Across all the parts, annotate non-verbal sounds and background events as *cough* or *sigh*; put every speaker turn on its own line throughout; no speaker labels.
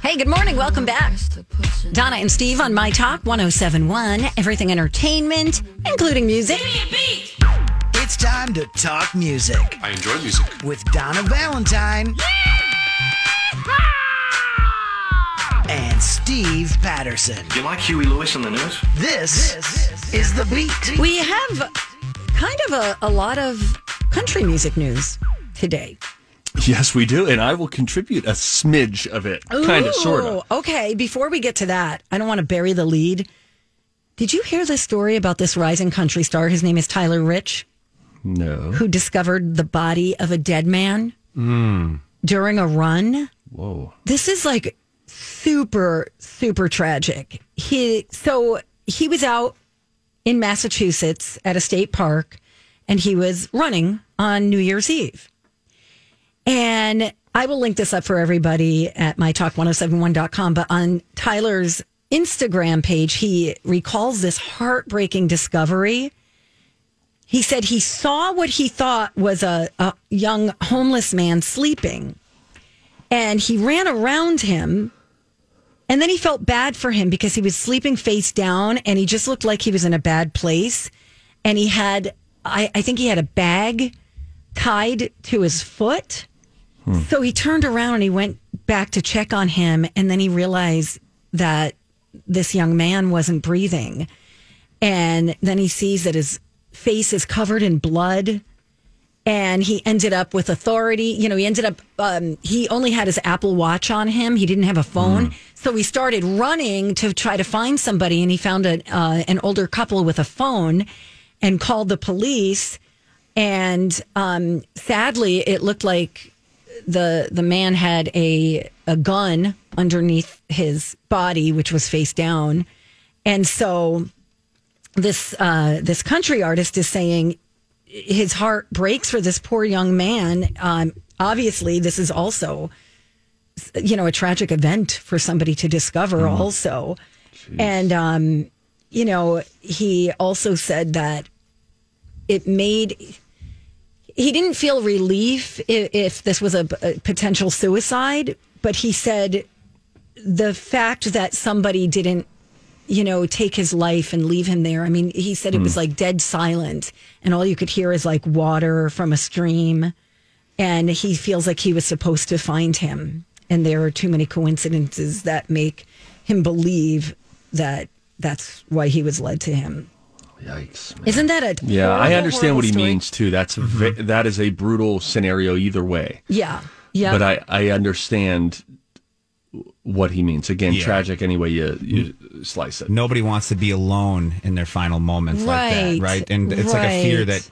Hey, good morning. Welcome back. Donna and Steve on My Talk 1071, everything entertainment, including music.
It's time to talk music
I enjoy music.
with Donna Valentine and Steve Patterson.
You like Huey Lewis on the news?
This, is the beat.
We have kind of a, a lot of country music news today.
Yes, we do, and I will contribute a smidge of it, kind of, sort of.
Ooh, Okay, before we get to that, I don't want to bury the lead. Did you hear this story about this rising country star? His name is Tyler Rich,
No.
who discovered the body of a dead man during a run.
Whoa.
this is like super super tragic he so he was out in massachusetts at a state park and he was running on new year's eve and i will link this up for everybody at mytalk1071.com but on tyler's instagram page he recalls this heartbreaking discovery he said he saw what he thought was a, a young homeless man sleeping and he ran around him and then he felt bad for him because he was sleeping face down and he just looked like he was in a bad place and he had i, I think he had a bag tied to his foot so he turned around and he went back to check on him and then he realized that this young man wasn't breathing and then he sees that his face is covered in blood and he ended up with authority. You know, he ended up, um, he only had his Apple Watch on him. He didn't have a phone. So he started running to try to find somebody, and he found a, uh, an older couple with a phone and called the police. And um, sadly, it looked like the the man had a a gun underneath his body, which was face down, and so this uh, this country artist is saying his heart breaks for this poor young man. Um, obviously, this is also, you know, a tragic event for somebody to discover, also. And, um, you know, he also said that it made, he didn't feel relief if, if this was a, a potential suicide, but he said the fact that somebody didn't you know, take his life and leave him there. I mean, he said it was
Hmm.
like dead silent, and all you could hear is like water from a stream. And he feels like he was supposed to find him. And there are too many coincidences that make him believe that that's why he was led to him.
Yikes. Mm-hmm.
Isn't that a
Yeah, I
horrible,
understand what he
horrible story?
means too. That's a ve- that is a brutal scenario either way.
Yeah, yeah.
But I I understand what he means. Again, tragic any way you, you slice it.
nobody wants to be alone in their final moments like
Right.
that, right? And it's like a fear
Right.
that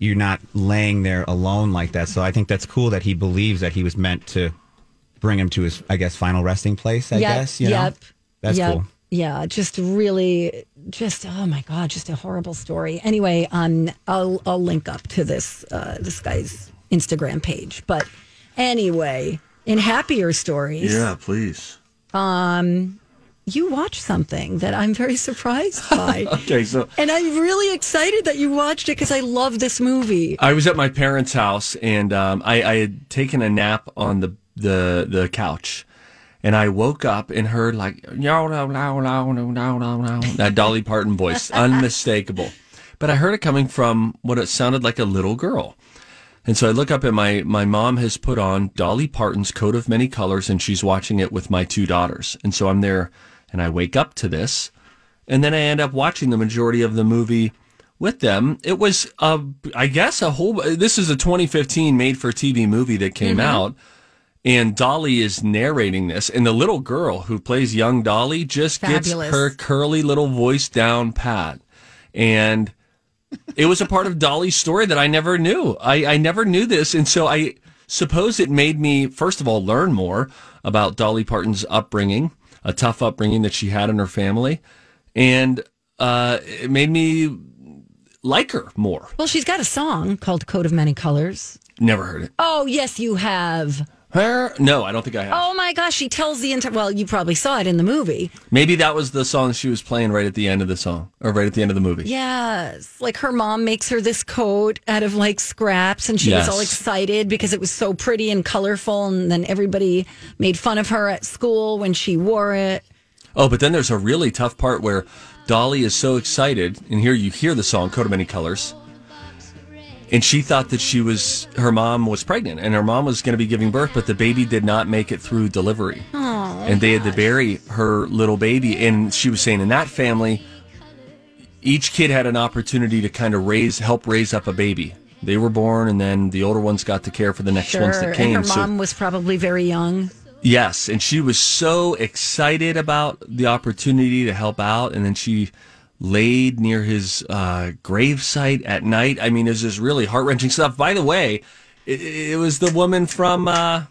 you're not laying there alone like that. So I think that's cool that he believes that he was meant to bring him to his, I guess, final resting place. I guess, you know,
Yep.
that's
yep.
cool.
Yeah, just really, just oh my god, just a horrible story. Anyway, um, I'll I'll link up to this uh, this guy's Instagram page. But anyway, in happier stories,
please.
you watch something that I'm very surprised by,
Okay, so
and I'm really excited that you watched it because I love this movie.
I was at my parents' house and um, I, I had taken a nap on the the the couch, and I woke up and heard like "Yow, low, low, low, low, low, low, low," that Dolly Parton
*laughs*
voice, unmistakable. But I heard it coming from what it sounded like a little girl, And so I look up and my, my mom has put on Dolly Parton's Coat of Many Colors and she's watching it with my two daughters. And so I'm there and I wake up to this. And then I end up watching the majority of the movie with them. It was, uh, I guess, a whole. This is a 2015 made for TV movie that came out. And Dolly is narrating this. And the little girl who plays young Dolly just
Fabulous.
gets her curly little voice down pat. And it was a part of Dolly's story that I never knew. I, I never knew this. And so I suppose it made me, first of all, learn more about Dolly Parton's upbringing, a tough upbringing that she had in her family. And uh, it made me like her more.
Well, she's got a song called Coat of Many Colors.
Never heard it.
Oh, yes, you have.
Her? No, I don't think I have.
Oh my gosh, she tells the entire. Well, you probably saw it in the movie.
Maybe that was the song she was playing right at the end of the song or right at the end of the movie.
Yes. Like her mom makes her this coat out of like scraps and she
Yes.
was all excited because it was so pretty and colorful. And then everybody made fun of her at school when she wore it.
Oh, but then there's a really tough part where Dolly is so excited, and here you hear the song "Coat of Many Colors," and she thought that she was her mom was pregnant, and her mom was going to be giving birth, but the baby did not make it through delivery,
Oh,
and they had to bury her little baby. And she was saying, in that family, each kid had an opportunity to kind of raise, help raise up a baby. They were born, and then the older ones got to care for the next ones that came.
And her
So-
mom was probably very young.
Yes, and she was so excited about the opportunity to help out, and then she laid near his uh, gravesite at night. I mean, it was just really heart wrenching stuff. By the way, it, it was the woman from uh,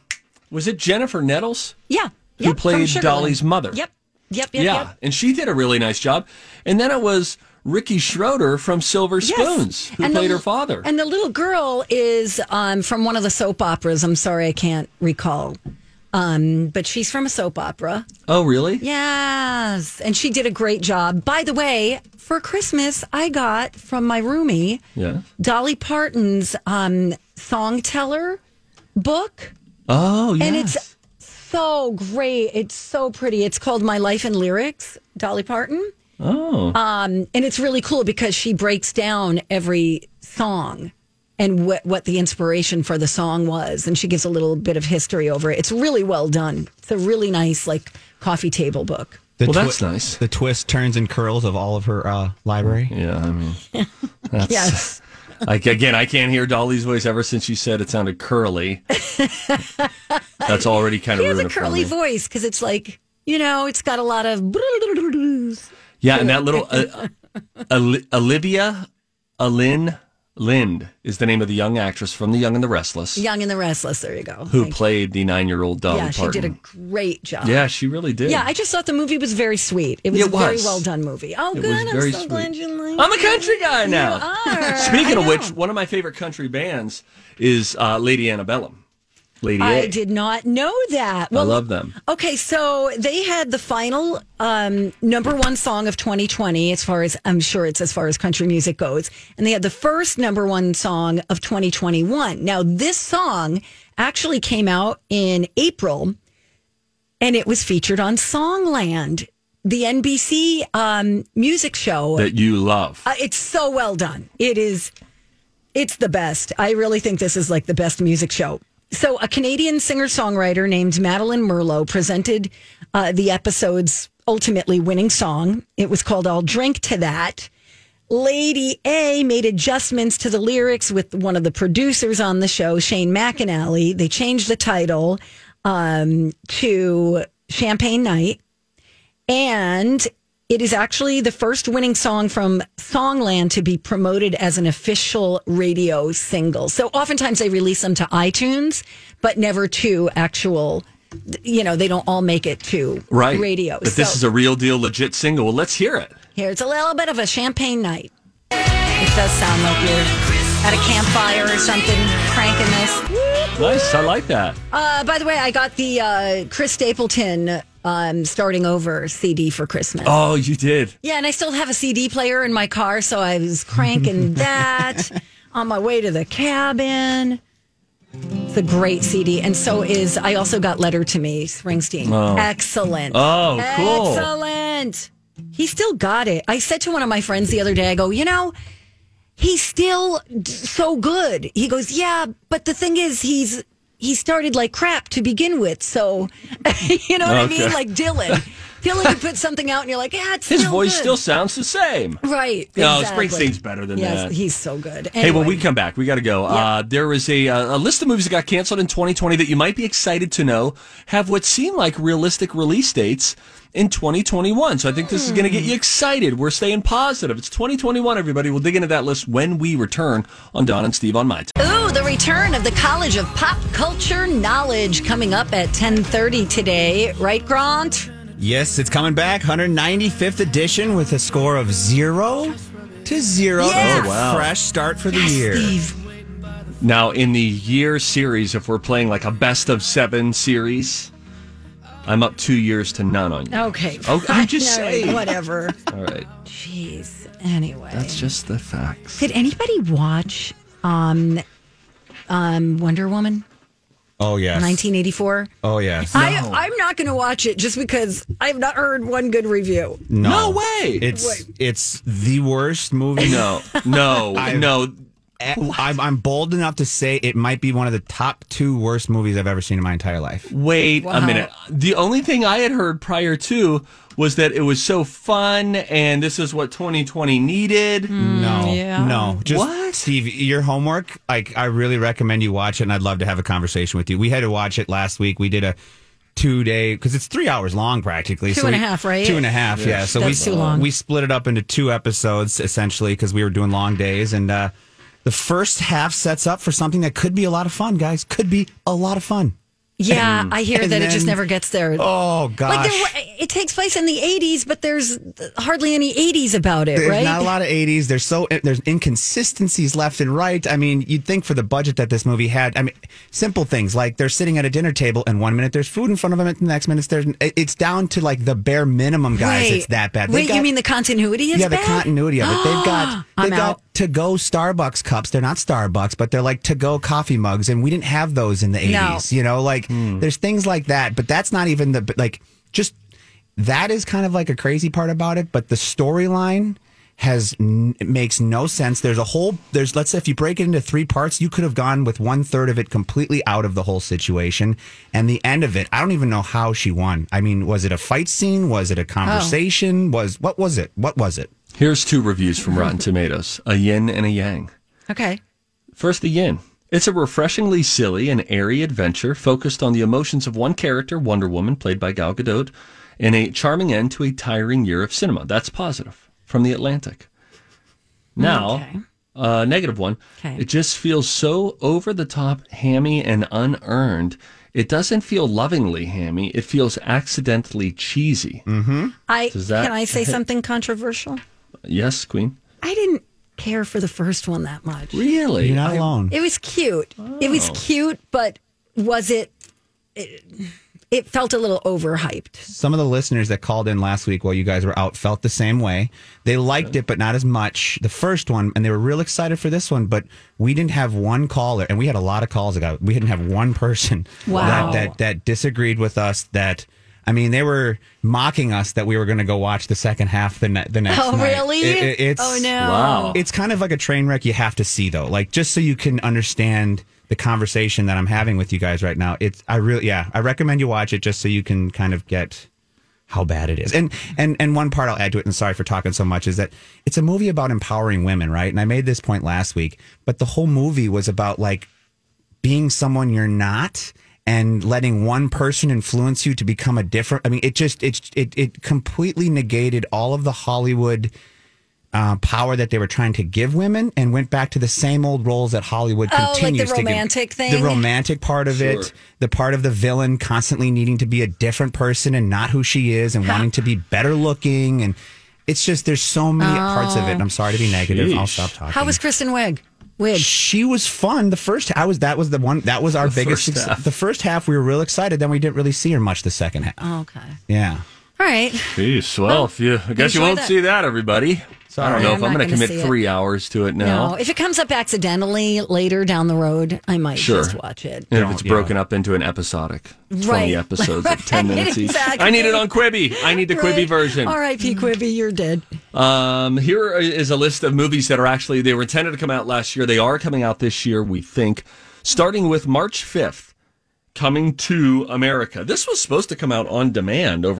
was it Jennifer Nettles?
Yeah.
Who
Yep, from
played
Sugarland.
Dolly's mother.
Yep. Yep. Yep.
yeah,
Yep.
and she did a really nice job. And then it was Ricky Schroeder from Silver
Yes.
Spoons who
And the
played her
li-
father.
And the little girl is um, from one of the soap operas. I'm sorry, I can't recall. Um, but she's from a soap opera.
oh, really?
Yes. And she did a great job. By the way, for Christmas, I got from my roomie
Yeah.
Dolly Parton's um, Song Teller book.
Oh, yes.
And it's so great. It's so pretty. It's called My Life in Lyrics, Dolly Parton. Um,
oh.
And it's really cool because she breaks down every song and what, what the inspiration for the song was. And she gives a little bit of history over it. It's really well done. It's a really nice, like, coffee table book.
The
Well, that's nice.
The twist, turns, and curls of all of her uh, library.
yeah, I mean, that's,
Yes.
Like again, I can't hear Dolly's voice ever since she said it sounded curly. That's already kind of
He has a
ruined it for
curly
me.
voice because it's like you know it's got a lot of
Yeah, and that little uh, Oli- Olivia Alin Lind is the name of the young actress from The Young and the Restless
young and the restless. There you go.
who
Thank
played the nine-year-old
you.
Dolly
yeah, she
Parton.
did a great job.
yeah, she really did.
Yeah, I just thought the movie was very sweet. It was,
It
a very
was.
well done movie. Oh,
It
good.
was very
I'm so
sweet.
glad you like.
I'm a country guy now.
are. I
*laughs* Speaking of
know.
which, one of my favorite country bands is uh, Lady Antebellum. Lady
I
A.
did not know that.
I
Well,
love them.
Okay, so they had the final um, number one song of 2020, as far as I'm sure it's as far as country music goes. And they had the first number one song of 2021. Now, this song actually came out in April and it was featured on Songland, the NBC um, music show.
That you love.
Uh, it's so well done. It is, it's the best. I really think this is like the best music show. So, a Canadian singer songwriter named Madeline Merlot presented uh, the episode's ultimately winning song. It was called I'll Drink to That. Lady A made adjustments to the lyrics with one of the producers on the show, Shane McAnally. They changed the title um, to Champagne Night. And it is actually the first winning song from Songland to be promoted as an official radio single. So oftentimes they release them to iTunes, but never to actual, you know, they don't all make it to
right.
radio.
But this
So-
is a real deal, legit single. Well, let's hear it.
here, it's a little bit of a champagne night. It does sound like you're at a campfire or something, cranking this.
Nice. I like that.
Uh, by the way, I got the uh, Chris Stapleton um, starting over CD for Christmas.
Oh, you did.
Yeah, and I still have a CD player in my car, so I
*laughs*
was cranking that on my way to the cabin. It's a great CD, and so is I also got Letter to Me, Springsteen. Excellent.
Oh, cool.
Excellent. He still got it. I said to one of my friends the other day, I go, you know, he's still d- so good. He goes, yeah, but the thing is, he's he started like crap to begin with. So *laughs* you know what I mean?
Okay.
Like Dylan,
*laughs*
Dylan could put something out, and you're like, yeah, it's
His
still
voice
good."
still sounds the same.
right.
No, Springsteen's better than
yes,
that.
he's so good.
Hey, when
Anyway.
we come back, we got to go. Uh, there was a, uh, a list of movies that got canceled in 2020 that you might be excited to know have what seem like realistic release dates in 2021. So I think this is going to get
Hmm.
you excited. We're staying positive. It's 2021, everybody. We'll dig into that list when we return on Don and Steve on My Time.
Ooh, the return of the College of Pop Culture Knowledge coming up at 10:30 today, right Grant?
Yes, it's coming back. 195th edition with a score of zero to zero.
Yes.
Oh, wow.
Fresh start for the year.
Steve.
Now, in the year series, if we're playing like a best of seven series, I'm up two years to none on you.
Okay.
Oh, I'm just
All right,
saying.
Whatever.
All right.
Jeez. Anyway.
That's just the facts.
Did anybody watch um um Wonder Woman
Oh, yes.
1984?
Oh, yes.
I I'm not going to watch it just because I've not heard one good review.
No,
No way.
It's it's the worst movie.
No, no,
I've-
no.
Eh, I'm, I'm bold enough to say it might be one of the top two worst movies I've ever seen in my entire life.
Wait
Wow.
a minute. The only thing I had heard prior to was that it was so fun and this is what 2020 needed.
Mm,
no, no. Just
What?
Steve, your homework. Like, I really recommend you watch it, and I'd love to have a conversation with you. We had to watch it last week. We did a two day because it's three hours long, practically.
Two
Two
and
and
a
a half,
half, right?
Two and a half, yeah. So
That's
we
too long.
we split it up into two episodes essentially because we were doing long days, and uh, the first half sets up for something that could be a lot of fun, guys. Could be a lot of fun.
Yeah, I hear
and
that it
then-
just never gets there.
Oh gosh.
Like there, were- it takes place in the '80s, but there's hardly any '80s about it,
There's
right?
not a lot of 80s. There's so there's inconsistencies left and right. I mean, you'd think for the budget that this movie had. I mean, simple things like they're sitting at a dinner table and one minute there's food in front of them, and the next minute there's it- it's down to like the bare minimum, guys.
Wait,
it's that bad. They've
Wait, you
got-
mean the continuity is
yeah,
bad?
the continuity of it.
*gasps*
They've got
I'm
they've
out.
got to go Starbucks cups. They're not Starbucks, but they're like to go coffee mugs, and we didn't have those in the
No.
eighties. You know, like there's things like that, but that's not even the but, like just that is kind of like a crazy part about it. But the storyline has n- it makes no sense. There's a whole there's let's say if you break it into three parts, you could have gone with one third of it completely out of the whole situation, and the end of it. I don't even know how she won. I mean, was it a fight scene? Was it a conversation? Was what was it? What was it?
Here's two reviews from Rotten Tomatoes a yin and a yang.
okay.
First, the yin. It's a refreshingly silly and airy adventure focused on the emotions of one character, Wonder Woman, played by Gal Gadot, and a charming end to a tiring year of cinema. That's positive from The Atlantic. Now,
Okay.
uh, negative one.
Okay.
It just feels so over the top, hammy, and unearned. It doesn't feel lovingly hammy. It feels accidentally cheesy.
I
Does that-
can I say something controversial?
Yes, Queen.
I didn't care for the first one that much.
Really? Oh.
You're not alone.
It was cute. It was cute, but was it? It, it felt a little overhyped.
Some of the listeners that called in last week while you guys were out felt the same way. They liked it, but not as much. The first one, and they were real excited for this one, but we didn't have one caller, and we had a lot of calls. that got- We didn't have one person
Wow.
that, that that disagreed with us. That I mean, they were mocking us that we were going to go watch the second half the, ne- the next.
Oh,
night.
really?
It- it- it's,
oh no!
Wow.
it's kind of like a train wreck you have to see though like just so you can understand the conversation that i'm having with you guys right now it's i really yeah i recommend you watch it just so you can kind of get how bad it is and and and one part i'll add to it and sorry for talking so much is that it's a movie about empowering women right and i made this point last week but the whole movie was about like being someone you're not and letting one person influence you to become a different i mean it just it it, it completely negated all of the hollywood uh, power that they were trying to give women and went back to the same old roles that hollywood
Oh, like the
continues to give.
romantic thing?
the romantic part of it the part of the villain constantly needing to be a different person and not who she is and wanting to be better looking and it's just there's so many parts of it and i'm sorry to be negative i'll
Sheesh.
stop talking
Oh. How was Kristen Wiig? Wig.
she was fun. The first I was that was the one that was our biggest
first
success.
half.
The first half we were real excited. Then we didn't really see her much the second half.
Oh, Okay.
Yeah.
All right.
Jeez, well, if you, I guess you
enjoy
won't
that.
see that, everybody. I don't know
I'm
if I'm
not
going to
gonna
commit
see it.
three hours to it now.
No, if it comes up accidentally later down the road, I might
Sure.
just watch it.
And if it's
yeah.
broken up into an episodic, 20
Right.
episodes of 10 minutes each.
Exactly.
I need it on Quibi. I need the
Right.
Quibi version. Mm-hmm.
R.I.P. Quibi, you're dead.
Um, here is a list of movies that are actually they were intended to come out last year. They are coming out this year, we think, starting with March fifth. Coming to America. This was supposed to come out on demand over.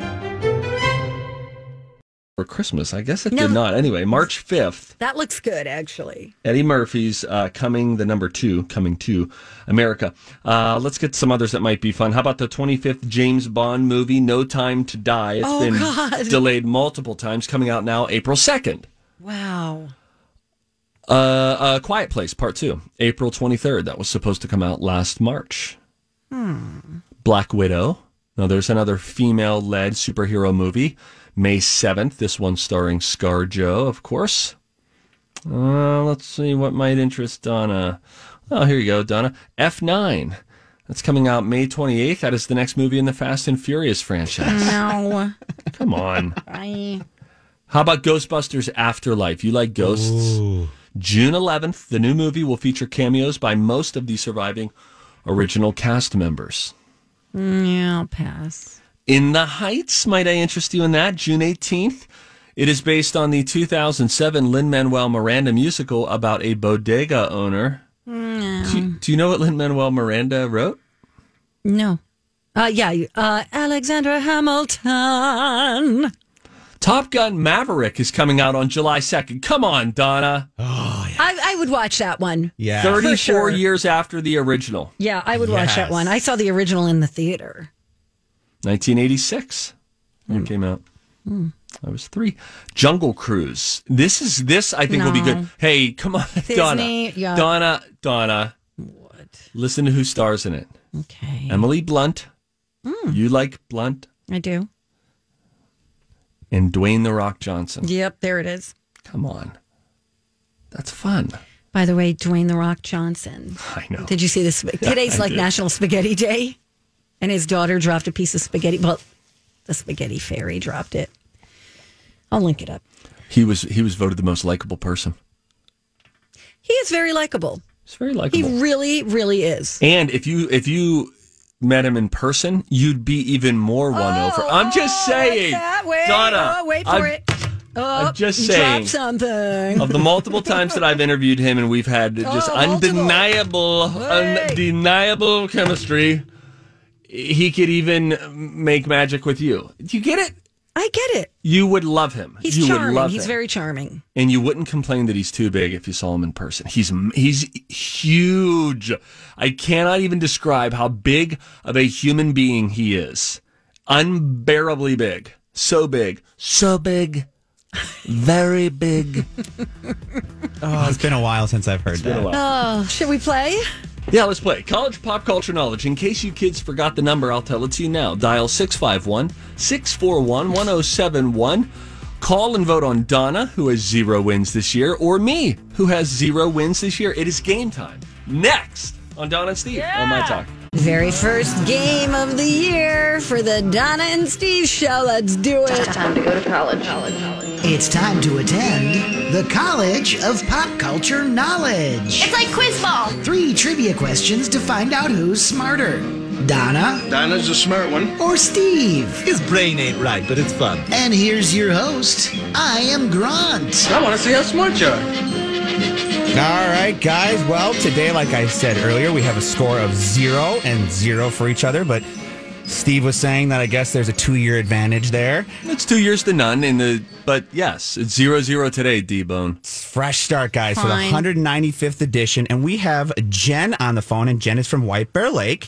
for Christmas. I guess it
No.
did not. Anyway, March 5th,
That looks good, actually.
Eddie Murphy's uh, Coming, the number two, Coming to America. Uh, let's get some others that might be fun. How about the 25th James Bond movie, No Time to Die? It's
Oh,
been
God.
delayed multiple times, coming out now April 2nd.
Wow.
Uh, uh, Quiet Place Part 2, April 23rd. That was supposed to come out last March. Black Widow. Now, there's another female led superhero movie, May 7th. This one starring Scar Joe, of course. Uh, let's see what might interest Donna. Oh, here you go, Donna. F9. That's coming out May 28th. That is the next movie in the Fast and Furious
*laughs*
franchise.
No.
Come on.
I,
How about Ghostbusters Afterlife? You like ghosts? June 11th, the new movie will feature cameos by most of the surviving original cast members.
yeah, I'll pass.
In the Heights, might I interest you in that? June 18th. It is based on the 2007 Lin Manuel Miranda musical about a bodega owner. Do, do you know what Lin Manuel Miranda wrote?
No. Uh, yeah, you- uh, Alexandra Hamilton.
Top Gun Maverick is coming out on July 2nd. Come on, Donna.
I, I would watch that one.
Yeah.
34
sure.
years after the original.
Yeah, I would watch that
Yes.
one. I saw the original in the theater.
1986
Hmm.
when it came out. I was three. Jungle Cruise. This is this. I think will be good. Hey, come on, *laughs* Donna,
Disney, yeah.
Donna, Donna. What? Listen to who stars in it.
Okay. Hmm.
Emily Blunt. You like Blunt
I do.
and Dwayne the Rock Johnson.
Yep, there it is.
Come on, that's fun.
By the way, Dwayne The Rock Johnson.
I know.
Did you see this? Today's
I
like
did.
National Spaghetti Day, and his daughter dropped a piece of spaghetti. Well, the spaghetti fairy dropped it. I'll link it up.
He was he was voted the most likable person.
He is very likable.
He's very
He
likable.
really, really is.
And if you if you met him in person, you'd be even more won over. I'm just saying,
Oh, That way.
Donna.
oh, wait for
I'm-
it. Oh,
just
you
saying. Oh.
Drop something.
Of the multiple times that I've interviewed him, and we've had just
Oh, multiple.
undeniable,
Hey.
undeniable chemistry. He could even make magic with you. Do you get it?
I get it.
You would love him.
He's
you would
charming.
love
He's
him.
very charming.
and you wouldn't complain that he's too big if you saw him in person. He's he's huge. I cannot even describe how big of a human being he is. Unbearably big. So big. So big. Very big.
Oh, it's been a while since I've heard that.
Been a while.
Oh, should we play?
Yeah, let's play. College Pop Culture Knowledge. In case you kids forgot the number, I'll tell it to you now. Dial 651 641 1071. Call and vote on Donna, who has zero wins this year, or me, who has zero wins this year. It is game time. Next on Donna and Steve on My Talk.
Very first game of the year for the Donna and Steve show. Let's do it.
It's time to attend the College of Pop Culture Knowledge.
It's like quiz ball.
Three trivia questions to find out who's smarter Donna
Dinah's a smart one.
or Steve.
His brain ain't right, but it's fun.
And here's your host. I am Grant.
I want to see how smart you are.
All right, guys. Well, today, like I said earlier, we have a score of zero and zero for each other, but Steve was saying that I guess there's a two year advantage there.
It's two years to none in the but yes, it's zero zero today, D Bone.
Fresh start, guys, for the
Fine.
195th edition. And we have Jen on the phone, and Jen is from White Bear Lake.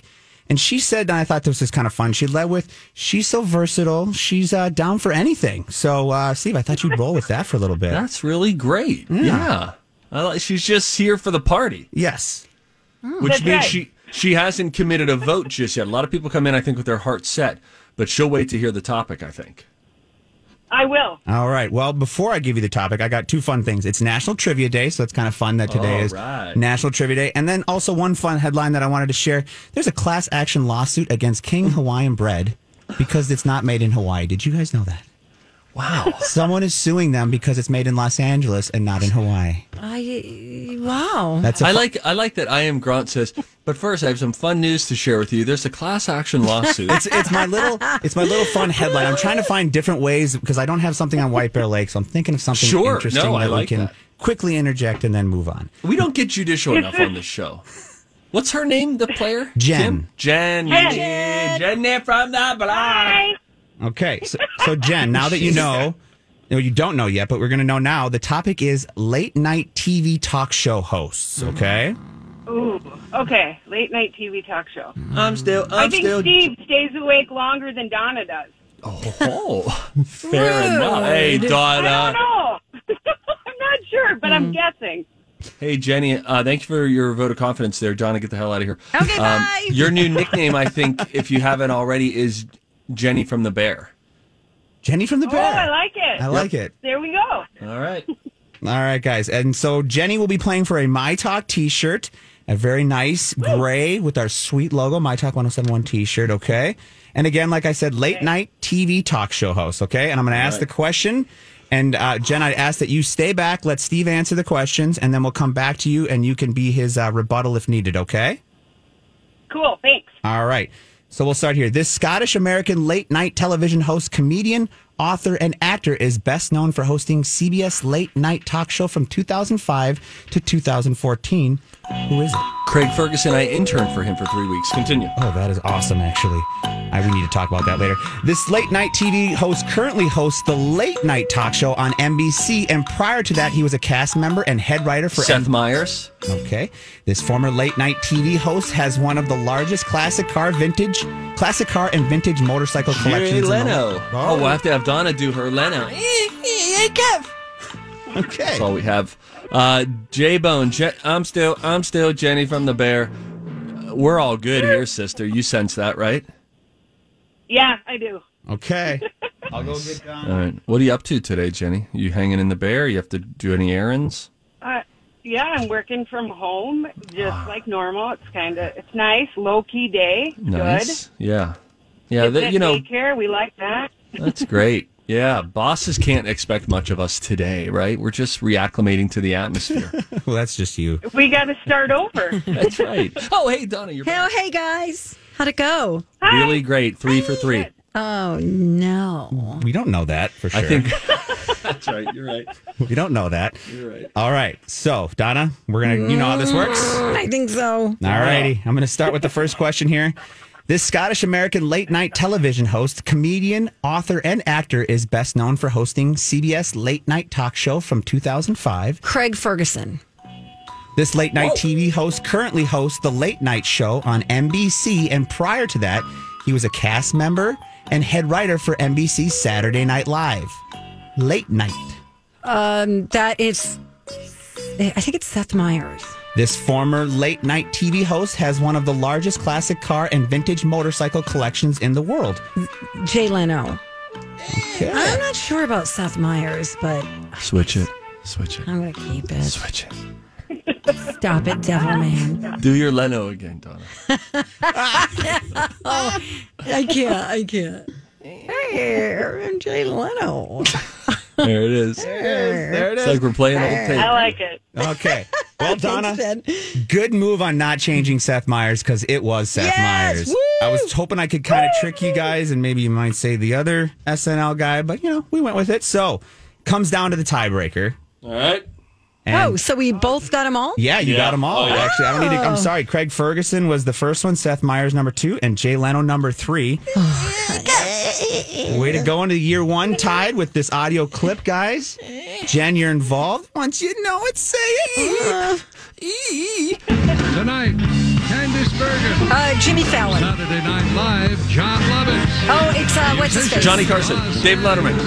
And she said, and I thought this was kind of fun. She led with, she's so versatile. She's uh, down for anything. So, uh, Steve, I thought you'd roll with that for a little bit.
That's really great. Yeah. I like she's just here for the party.
Yes.
Which
That's
means
right.
she she hasn't committed a vote just yet. A lot of people come in, I think, with their heart set, but she'll wait to hear the topic, I think.
I will.
All right. Well, before I give you the topic, I got two fun things. It's National Trivia Day, so it's kind of fun that today
All
is
right.
National Trivia Day. And then also one fun headline that I wanted to share. There's a class action lawsuit against King Hawaiian Bread because it's not made in Hawaii. Did you guys know that?
Wow.
*laughs* Someone is suing them because it's made in Los Angeles and not in Hawaii.
I wow.
That's a
I
fu-
like I like that I am Grant says, but first I have some fun news to share with you. There's a class action lawsuit.
It's, it's my little it's my little fun headline. I'm trying to find different ways because I don't have something on White Bear Lake, so I'm thinking of something
Sure.
interesting
No, I
that
like
we can
that.
quickly interject and then move on.
we don't get judicial enough on this show. What's her name, the player?
Jen.
Jen. Jen. Jen from the block.
Okay, so, so Jen, now that you know, no, you don't know yet, but we're going to know now. The topic is late night TV talk show hosts. Okay,
Mm-hmm. Ooh. Okay. Late night TV talk show.
I'm still.
I think Steve stays awake longer than Donna does.
Oh, fair
Rude.
enough. Hey,
I don't
Donna.
know. *laughs* I'm not sure, but I'm guessing.
Hey, Jenny. Uh, thank you for your vote of confidence there. Donna, get the hell out of here.
Okay,
bye. Your new nickname, I think, if you haven't already, is Jenny from the Bear.
Jenny from the
Oh,
Bear.
I like it.
I like it.
There we go.
All right.
All right, guys, and so Jenny will be playing for a My Talk T-shirt, a very nice gray with our sweet logo, My Talk 1071 T-shirt. Okay, and again, like I said, late night TV talk show host. Okay, and I'm going to ask
Right.
the question. And uh, Jen, I'd ask that you stay back, let Steve answer the questions, and then we'll come back to you, and you can be his uh, rebuttal if needed. Okay.
Cool. Thanks.
All right. So we'll start here. This Scottish American late night television host, comedian, author, and actor is best known for hosting CBS late night talk show from 2005 to 2014. Who is it?
Craig Ferguson, I interned for him for three weeks. Continue.
Oh, that is awesome, actually. I, we need to talk about that later. This late night TV host currently hosts the late night talk show on NBC, and prior to that, he was a cast member and head writer for
Seth Meyers.
Okay. This former late night TV host has one of the largest classic car vintage, classic car and vintage motorcycle collections.
Jerry
in the
Leno.
world.
Oh, we'll have to have Donna do her Leno.
Okay.
That's all we have. Uh, J Bone, Je- I'm still, I'm still Jenny from the Bear. Uh, We're all good here, sister. You sense that, right?
Yeah, I do.
*laughs*
Okay.
I'll go get
All right. What are you up to today, Jenny? You hanging in the Bear? You have to do any errands?
Uh, yeah, I'm working from home, just like normal. It's kind of it's nice, low key day.
Nice.
Good.
Yeah. Yeah.
It's
Uh, That,
at
you know,
daycare. We like that.
that's great. Yeah. Bosses can't expect much of us today, right? We're just reacclimating to the atmosphere.
*laughs* well, that's just you.
We got to start over.
That's right. Oh, hey, Donna, you're
Hey, oh, hey guys. How'd it go?
Really great. Three for three.
Oh no.
We don't know that for sure.
I think. *laughs* that's right. You're right.
*laughs* we don't know that.
You're right.
All right. So, Donna, we're going to, you know how this works?
I think so.
All righty. I'm going to start with the first question here. This Scottish American late night television host, comedian, author, and actor is best known for hosting CBS late night talk show from 2005.
Craig Ferguson.
This late night TV host currently hosts the late night show on NBC, and prior to that, he was a cast member and head writer for NBC's Saturday Night Live. Late night.
Um, that is. I think it's Seth Meyers.
This former late night TV host has one of the largest classic car and vintage motorcycle collections in the world.
Jay Leno.
Okay.
I'm not sure about Seth Meyers, but
Switch it. Switch it.
I'm gonna keep it.
Switch it.
Stop it, Devil Man.
Do your Leno again, Donna.
Oh, I can't. I can't. Hey, I'm Jay *laughs* Leno.
There it is.
There
It's like we're playing old tape.
I like it.
*laughs*
Okay. Well, Donna,
Ben.
good move on not changing Seth Meyers because it was Seth
Yes!
Meyers.
Woo!
I was hoping I could kind of trick you guys and maybe you might say the other SNL guy, but you know, we went with it. So, comes down to the tiebreaker.
All right.
oh, so we both got them all?
Yeah, you got 'em got them all. Actually, I don't need to. I'm
Oh.
sorry. Craig Ferguson was the first one. Seth Meyers number two, and Jay Leno number
*sighs*
three. Way to go into year one, tied with this audio clip, guys. Jen, you're involved. Once you know it, say
Uh-huh.
it.
Tonight, Candice Bergen.
Uh, Jimmy Fallon.
Saturday Night Live, John Lovitz.
Oh, it's, uh, what's his face?
Johnny Carson, Dave Letterman.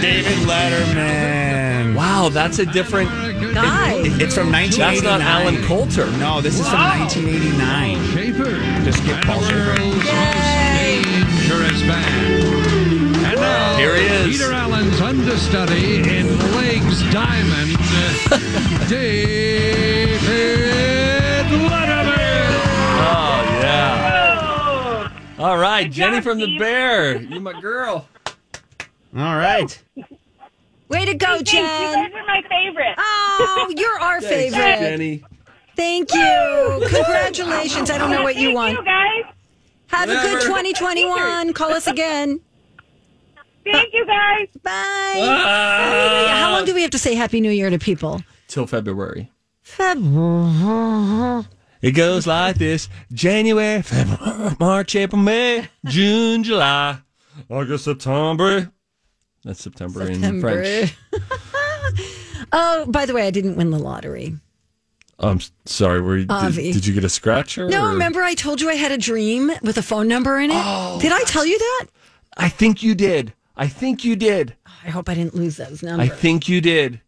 David Letterman.
Wow, that's a different
Guy.
It's from 1989.
That's not Alan Coulter.
No, this is from 1989.
Schaefer.
Just get Paul Schaefer.
Dangerous man. And now,
Here he is.
Peter Allen's understudy in Legs Diamond, David Letterman.
Oh yeah. All right, Jenny from the Bear. You my girl.
All right.
Way to go,
Thanks. You
Jen.
guys are my favorite.
Oh, you're our
Thanks,
favorite.
Jenny.
Thank you. Congratulations. I don't know what you
Thank
want.
you guys.
Have a
Whatever.
good 2021. Call us again.
Thank you guys.
Bye.
Ah.
How long do we have to say Happy New Year to people?
Till February.
February.
It goes like this: January, February, March, April, May, June, July, August, September. That's September, in French.
*laughs* oh, by the way, I didn't win the lottery.
I'm s- sorry. Were you, did,
Avi.
did you get a scratcher?
No,
or-
remember I told you I had a dream with a phone number in it? Did I tell you that?
I think you did. I think you did.
I hope I didn't lose those
I
numbers.
think you did.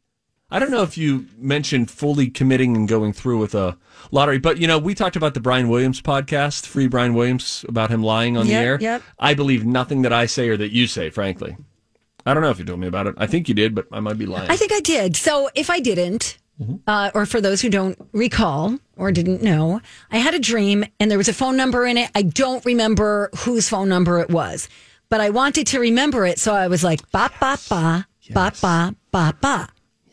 I don't know if you mentioned fully committing and going through with a lottery, but you know, we talked about the Brian Williams podcast, Free Brian Williams, about him lying on
Yep,
the air.
yep.
I believe nothing that I say or that you say, frankly. I don't know if you told me about it. I think you did, but I might be lying.
I think I did. So if I didn't, uh, or for those who don't recall or didn't know, I had a dream and there was a phone number in it. I don't remember whose phone number it was, but I wanted to remember it. So I was like, ba, ba, ba, ba, ba, ba, ba,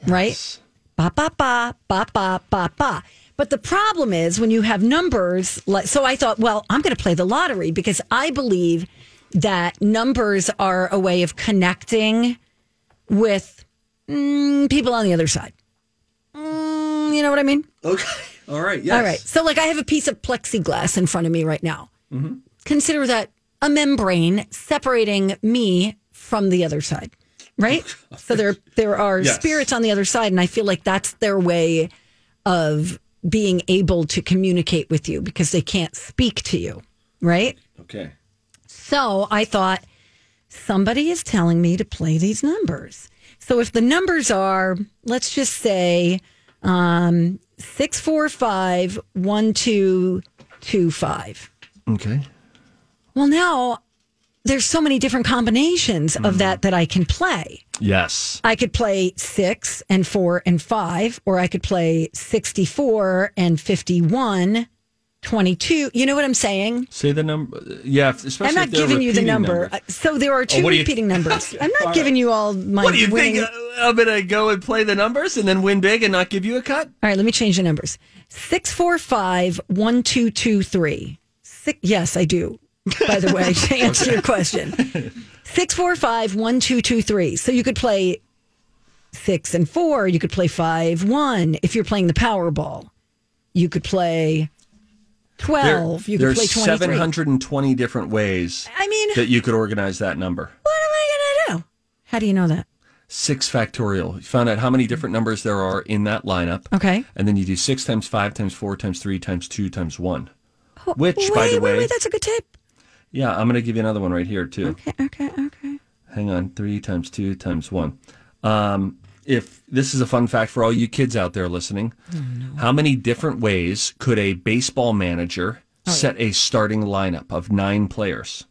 right? Ba, ba, ba, ba, ba, ba, ba. But the problem is when you have numbers, like, so I thought, well, I'm going to play the lottery because I believe that numbers are a way of connecting with mm, people on the other side. Mm, you know what I mean?
Okay. *laughs* All right.
All right. So, like, I have a piece of plexiglass in front of me right now.
Mm-hmm.
Consider that a membrane separating me from the other side,
*laughs*
right? so there there are
Yes.
spirits on the other side, and I feel like that's their way of being able to communicate with you because they can't speak to you, right?
Okay.
So I thought somebody is telling me to play these numbers. So if the numbers are, let's just say, um, six four five one two two five.
Okay.
Well, now there's so many different combinations of that that I can play.
Yes.
I could play six and four and five, or I could play 64 and 51, 22. You know what I'm saying?
Say the number. Yeah. if- Especially
I'm not
if they're
giving you the
repeating
number.
numbers.
Uh, So there are two
what do you-
repeating
*laughs*
numbers. I'm not giving you all my
What do you
winning-
think? uh, I'm going to go and play the numbers and then win big and not give you a cut?
All right, let me change the numbers. Six four five one two two three. Six, yes, I do. By the way, *laughs* to answer your question, six four five one two two three. So you could play six and four. You could play five one if you're playing the Powerball. You could play twelve. you could
there's
play twenty three.
720 different ways
I mean,
that you could organize that number.
what am I gonna do? How do you know that?
Six factorial. You found out how many different numbers there are in that lineup.
Okay.
And then you do six times five times four times three times two times one. Which,
wait,
by the
wait,
way-
wait, that's a good tip.
Yeah, I'm going to give you another one right here, too.
Okay, okay, okay.
Hang on. Three times two times one. Um, if this is a fun fact for all you kids out there listening, how many different ways could a baseball manager set a starting lineup of nine players?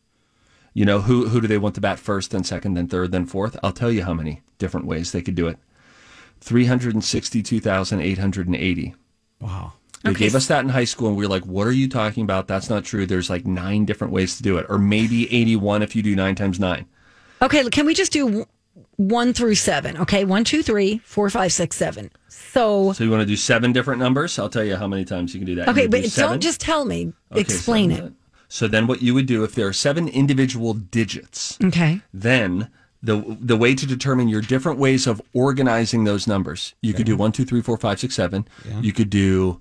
You know, who, who do they want to bat first, then second, then third, then fourth? I'll tell you how many different ways they could do it 362,880.
Wow.
They gave us that in high school, and we were like, "What are you talking about? That's not true." There's like nine different ways to do it, or maybe 81 if you do nine times nine.
Okay, can we just do w- one through seven? Okay, one, two, three, four, five, six, seven. So,
So you want to do seven different numbers? I'll tell you how many times you can do that. You
okay,
could
but
do
don't
seven.
just tell me.
Okay,
Explain
so- So then, what you would do if there are seven individual digits,
it. Okay.
then the the way to determine your different ways of organizing those numbers. You could do one, two, three, four, five, six, seven.
Yeah.
You could do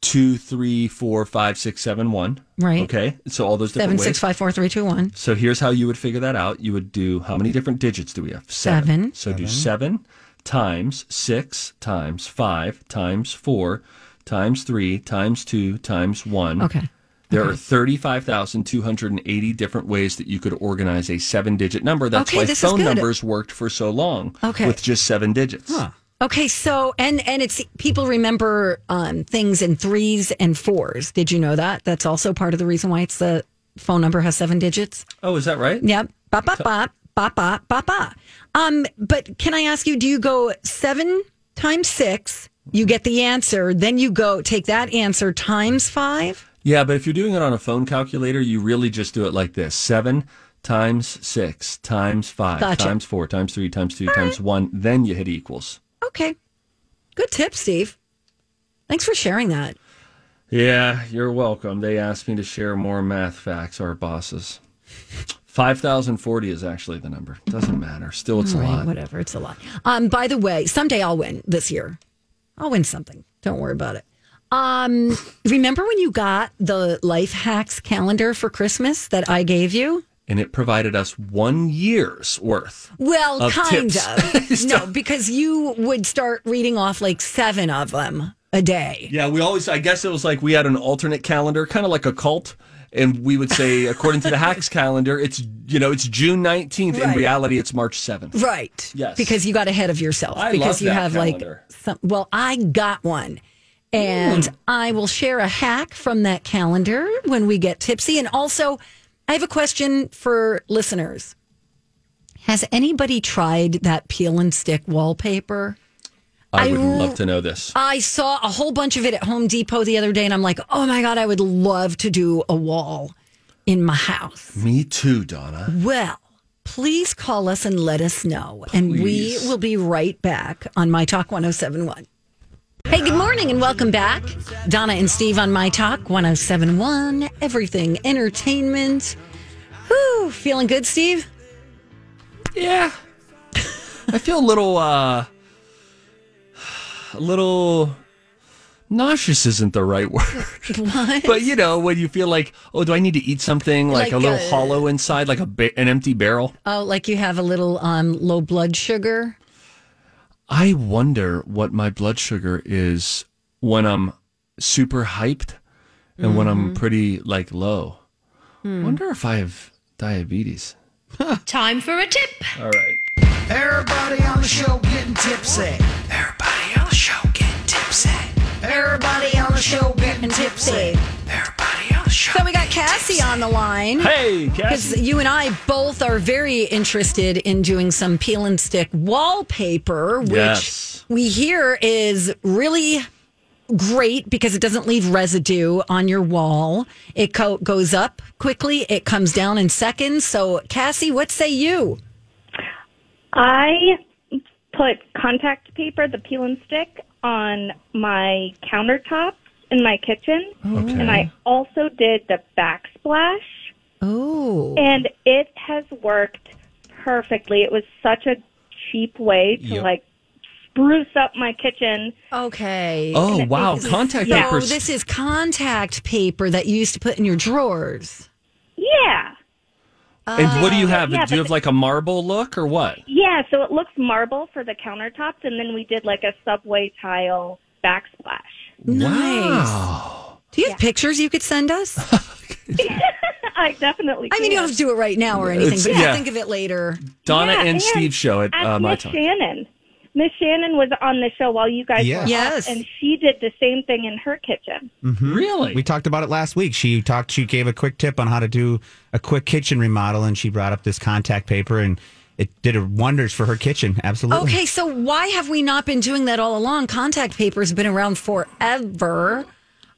two, three, four, five, six, seven, one.
Right.
Okay. So all those different
Seven
ways.
six five four three two one.
So here's how you would figure that out. You would do how many different digits do we have?
Seven.
So do seven times six times five times four times three times two times one.
Okay.
There are 35,280 different ways that you could organize a seven digit number. That's
Okay,
why
this is
phone
good.
numbers worked for so long
Okay.
with just seven digits.
Okay, so and and it's people remember um, things in threes and fours. Did you know that? That's also part of the reason why it's the phone number has seven digits.
Oh, is that right?
Yep. Bop bop bop bop bop bop bop. Um, but can I ask you? Do you go seven times six? You get the answer. Then you go take that answer times five.
Yeah, but if you're doing it on a phone calculator, you really just do it like this seven times six times five
Gotcha.
times four times three times two times one. Then you hit equals.
Okay. Good tip, Steve. Thanks for sharing that.
Yeah, you're welcome. They asked me to share more math facts, our bosses. 5,040 is actually the number. Doesn't matter. Still, it's
All
a
right,
lot.
Whatever, it's a lot. Um, by the way, someday I'll win this year. I'll win something. Don't worry about it. Um, remember when you got the life hacks calendar for Christmas that I gave you?
And it provided us one year's worth.
Well,
Of *laughs*
kind
tips.
of. no, because you would start reading off like seven of them a day.
Yeah, we always, I guess it was like we had an alternate calendar, kind of like a cult. And we would
*laughs*
say, according to the hacks calendar, it's, you know, it's June 19th. In
Right.
reality, it's March 7th.
Right.
Yes.
Because you got ahead of yourself.
I love
because you
that
have
calendar.
like some well, I got one. And I will share a hack from that calendar when we get tipsy. And also I have a question for listeners. Has anybody tried that peel and stick wallpaper?
I
I
would
r-
love to know this.
I saw a whole bunch of it at Home Depot the other day, and I'm like, oh my God, I would love to do a wall in my house.
Me too, Donna.
Well, please call us and let us know. And we
Please.
will be right back on My Talk 1071. Hey, good morning and welcome back. Donna and Steve on My Talk 1071, everything entertainment. Whew, feeling good, Steve?
Yeah. I feel a little, uh, a little nauseous isn't the right word.
What?
But you know, when you feel like, oh, do I need to eat something? Like,
Like
a little
a-
hollow inside, like a ba- an empty barrel.
Oh, like you have a little um, low blood sugar?
I wonder what my blood sugar is when I'm super hyped and when
Mm-hmm.
I'm pretty like low.
Hmm.
Wonder if I have diabetes.
Time for a tip.
All right.
Everybody on the show getting tipsy. Everybody on the show getting tipsy. Everybody on the show getting tipsy.
So we got Cassie on the line.
Hey,
Because you and I both are very interested in doing some peel and stick wallpaper, which
Yes.
we hear is really great because it doesn't leave residue on your wall. It co- goes up quickly, it comes down in seconds. So, Cassie, what say you?
I put contact paper, the peel and stick, on my countertops in my kitchen.
Okay.
And I also did the backsplash.
Oh.
And it has worked perfectly. It was such a cheap way to
Yep.
like spruce up my kitchen.
Okay.
Oh, wow. Contact
Yeah.
paper.
Oh, this is contact paper that you used to put in your drawers.
Yeah.
and what do you have?
Oh, yeah,
do you
but
have like a marble look or what?
Yeah, so it looks marble for the countertops, and then we did like a subway tile backsplash.
Nice.
Wow.
Do you have pictures you could
*laughs*
send us?
I definitely.
I mean, you don't have to do it right now or
It's-
anything, but you
yeah.
think of it later.
Donna
Yeah,
and,
and
Steve show at
Ask
uh, my
Miss
time.
Shannon. Miss Shannon was on the show while you guys
Yes.
were
Yes.
off, and she did the same thing in her kitchen.
Really?
We talked about it last week. She talked. She gave a quick tip on how to do a quick kitchen remodel, and she brought up this contact paper, and it did wonders for her kitchen. Absolutely.
*laughs* Okay, so why have we not been doing that all along? Contact paper's been around forever.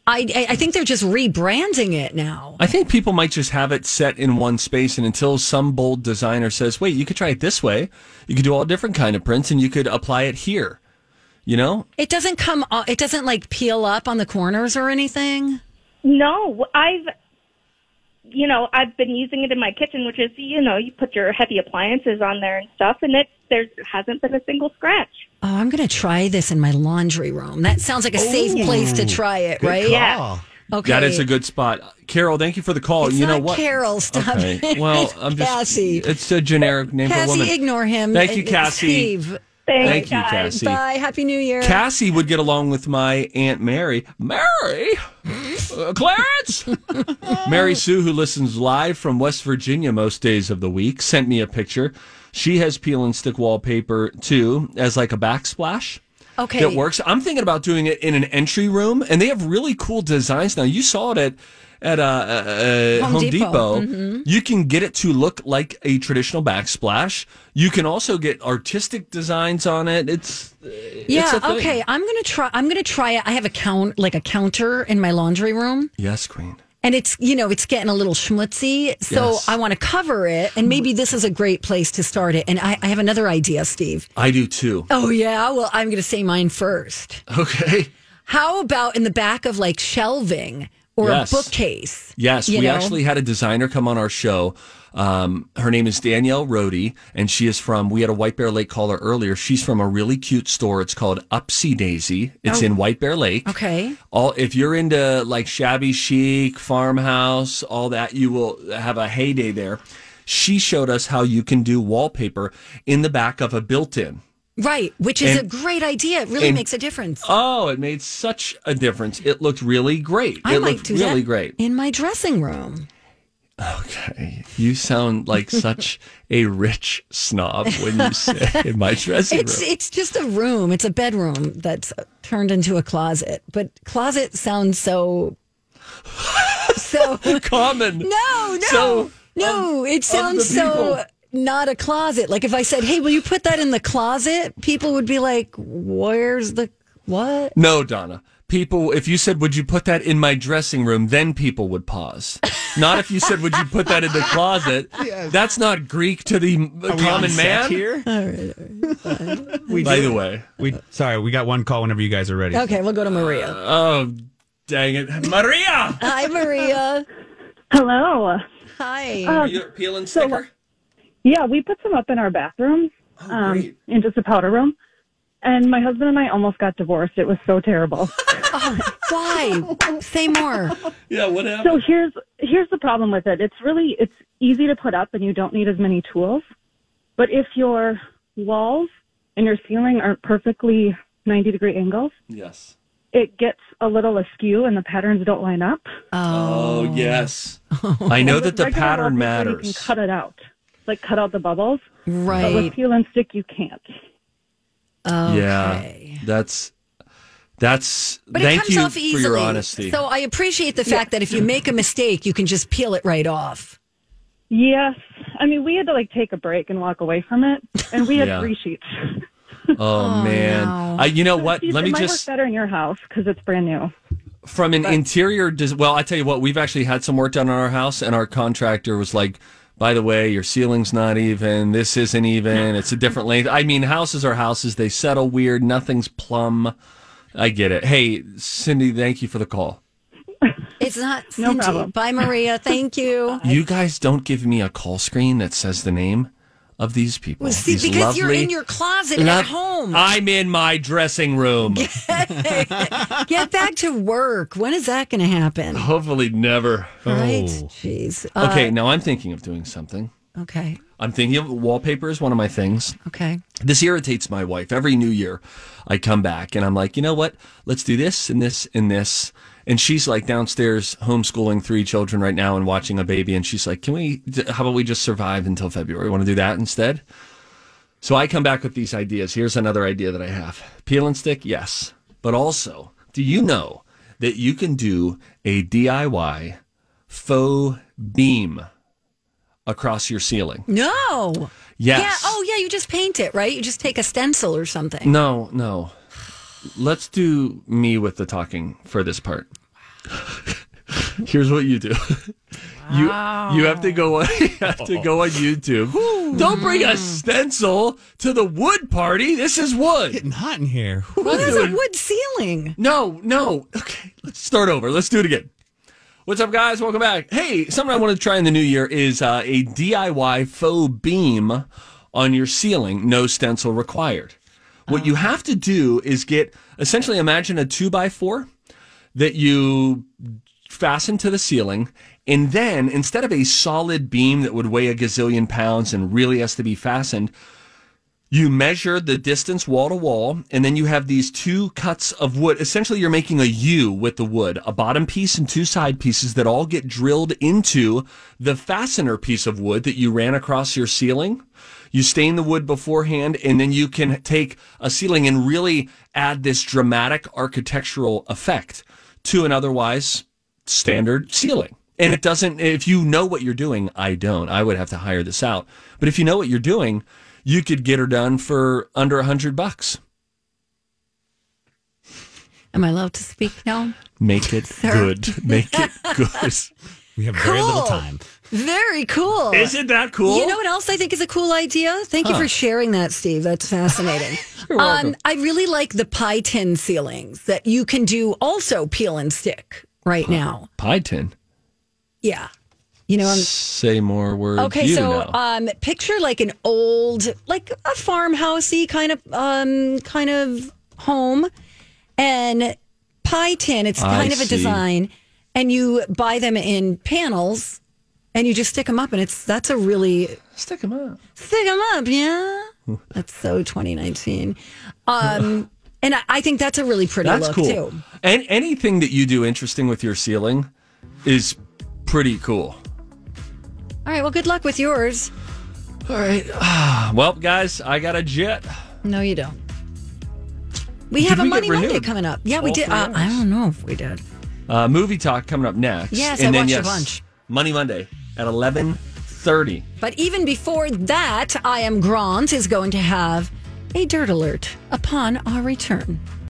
I, I, I think they're just rebranding it now.
I think people might just have it set in one space, and until some bold designer says, "Wait, you could try it this way. You could do all different kind of prints, and you could apply it here," you know,
It doesn't come. o- It doesn't like peel up on the corners or anything.
No, I've you know, I've been using it in my kitchen, which is, you know, you put your heavy appliances on there and stuff, and it there hasn't been a single scratch.
Oh, I'm going to try this in my laundry room. That sounds like a safe
Ooh,
place to try it,
good
right?
call. Yeah.
Okay.
That is a good spot. Carol, thank you for the call.
It's
Oh, you know
not
what?
Carol, stop
Okay. *laughs*
it.
Well,
*laughs* It's
I'm just
Cassie.
It's a generic name for a
Cassie,
woman.
ignore him.
Thank you,
It's
Cassie.
Steve.
Thank Thank you, you, guys. Cassie.
Bye. Happy New Year.
Cassie would get along with my Aunt Mary. Mary? Uh,
*laughs*
Clarence? Mary Sue, who listens live from West Virginia most days of the week, sent me a picture. She has peel and stick wallpaper too, as like a backsplash.
Okay.
That works. I'm thinking about doing it in an entry room, and they have really cool designs now. You saw it at at uh, uh, uh,
Home
Home Depot.
Depot. Mhm.
You can get it to look like a traditional backsplash. You can also get artistic designs on it. It's uh, it's
Yeah.
a thing.
okay. I'm going to try. I'm going to try it. I have a count, like a counter in my laundry room.
Yes, Queen.
And it's, you know, it's getting a little schmutzy. So
Yes.
I want to cover it. And maybe this is a great place to start it. And I, I have another idea, Steve.
I do too.
Oh, yeah. Well, I'm going to say mine first.
Okay.
How about in the back of like shelving or
Yes.
a bookcase?
Yes,
you
we
know?
actually had a designer come on our show. Um, her name is Danielle Rohde, and she is from. We had a White Bear Lake caller earlier. She's from a really cute store. It's called Upsy Daisy. It's
Oh.
in White Bear Lake.
Okay.
All if you're into like shabby chic, farmhouse, all that, you will have a heyday there. She showed us how you can do wallpaper in the back of a built-in.
Right. Which is
And-
a great idea. It really
and-
makes a difference.
Oh, it made such a difference. It looked really great.
I
it
might
looked
do
really
that
great.
in my dressing room.
You sound like such a rich snob when you say in my dressing
It's
room.
it's just a room. It's a bedroom that's turned into a closet. But closet sounds so
*laughs*
so
common.
No, no,
So, um,
no. it sounds so not a closet. Like if I said, "Hey, will you put that in the closet?" People would be like, "Where's the what?"
No, Donna. People, if you said, "Would you put that in my dressing room?" then people would pause. Not if you said, "Would you put that in the
*laughs*
closet?" That's not Greek to the
on
common man
set here?
All right, all right. fine.
By the way,
we sorry, we got one call. Whenever you guys are ready.
Okay, we'll go to Maria.
Oh, dang it, Maria!
Hi, Maria.
Hello.
Hi.
Are you peeling sticker?
yeah, we put some up in our bathroom, um, in just a powder room. And my husband and I almost got divorced. It was so terrible.
oh, why? Say more.
Yeah, what
So here's here's the problem with it. It's really it's easy to put up, and you don't need as many tools. But if your walls and your ceiling aren't perfectly 90 degree angles,
Yes.
it gets a little askew, and the patterns don't line up.
Oh,
*laughs*
yes. I know
And
that
with
the
regular
pattern
wallpaper, You
matters.
can cut it out, like cut out the bubbles. But
Right.
with peel and stick, you can't.
Yeah, that's that's.
But
thank
it comes
you
off easily.
for your honesty.
So I appreciate the fact that if you make a mistake, you can just peel it right off.
Yes. I mean, we had to like take a break and walk away from it, and we had
Yeah.
three sheets.
oh, man, I, you know what?
Sheets,
Let
it
me
might
just
work better in your house because it's brand new.
from an interior. Des- well, I tell you what, we've actually had some work done on our house, and our contractor was like. By the way, your ceiling's not even. This isn't even. It's a different length. I mean, houses are houses. They settle weird. Nothing's plumb. I get it. Hey, Cindy, thank you for the call.
It's not no problem. Bye, Maria.
*laughs*
Thank you.
You guys don't give me a call screen that says the name of these people.
Well, see,
These
because you're
lovely-
in your closet
Lo-
at home.
I'm in my dressing room.
Get back to work. When is that going to
*laughs*
happen?
Hopefully, never. Oh.
Right? Jeez. Uh,
okay, now I'm thinking of doing something.
Okay.
I'm thinking of wallpaper is one of my things.
Okay.
This irritates my wife. Every new year, I come back and I'm like, you know what? Let's do this and this and this. And she's like downstairs homeschooling three children right now and watching a baby. And she's like, can we, how about we just survive until February? Want to do that instead? So I come back with these ideas. Here's another idea that I have peel and stick, yes. But also, do you know that you can do a DIY faux beam across your ceiling?
No.
Yes.
Yeah. Oh, yeah. You just paint it, right? You just take a stencil or something.
No, no. Let's do me with the talking for this part. Here's what you do. You you have to go on *laughs* you have to go on YouTube. Don't bring a stencil to the wood party. This is wood. Getting
hot in here.
Well, there's a wood ceiling.
No, no. Okay, let's start over. Let's do it again. What's up, guys? Welcome back. Hey, something I wanted to try in the new year is uh, a DIY faux beam on your ceiling, no stencil required. What you have to do is get essentially imagine a two by four that you fasten to the ceiling. And then instead of a solid beam that would weigh a gazillion pounds and really has to be fastened, you measure the distance wall to wall, and then you have these two cuts of wood. Essentially, you're making a U with the wood, a bottom piece and two side pieces that all get drilled into the fastener piece of wood that you ran across your ceiling. You stain the wood beforehand, and then you can take a ceiling and really add this dramatic architectural effect to an otherwise standard ceiling. And it doesn't, if you know what you're doing, I don't. I would have to hire this out. But if you know what you're doing, you could get her done for under a hundred bucks.
Am I allowed to speak now?
Make
*laughs*
it
Sir.
good. Make it
*laughs*
good.
we have
very little Cool. time. Very cool.
Isn't that cool?
You know what else I think is a cool idea? Thank you
Huh.
for sharing that, Steve. That's fascinating.
*laughs*
Um,
You're welcome.
I really like the pie tin ceilings that you can do also peel and stick right now.
Pie tin.
Yeah. You know, I'm
Say more words.
Um, Okay,
You
so
know.
um, picture like an old, like a farmhousey kind of um, kind of home, and pie tin. It's
I
kind of a
see.
design, and you buy them in panels, and you just stick them up, and it's that's a really
stick them up,
stick them
*laughs*
up, yeah. That's so 2019,
*laughs*
um, and I, I think that's a really pretty
That's
look
cool.
too.
And anything that you do interesting with your ceiling is pretty cool.
All right, well, good luck with yours.
All right. *sighs* Well, guys, I got a jet.
No, you don't. We
Did
have a
we get
Money Monday
renewed?
coming up. Yeah, we
All
did.
three
Uh, I don't know if we did.
Uh, movie talk coming up next.
Yes,
and
I
then
watched a
yes,
bunch.
Money Monday at eleven thirty.
But even before that, I am Grant is going to have a dirt alert upon our return.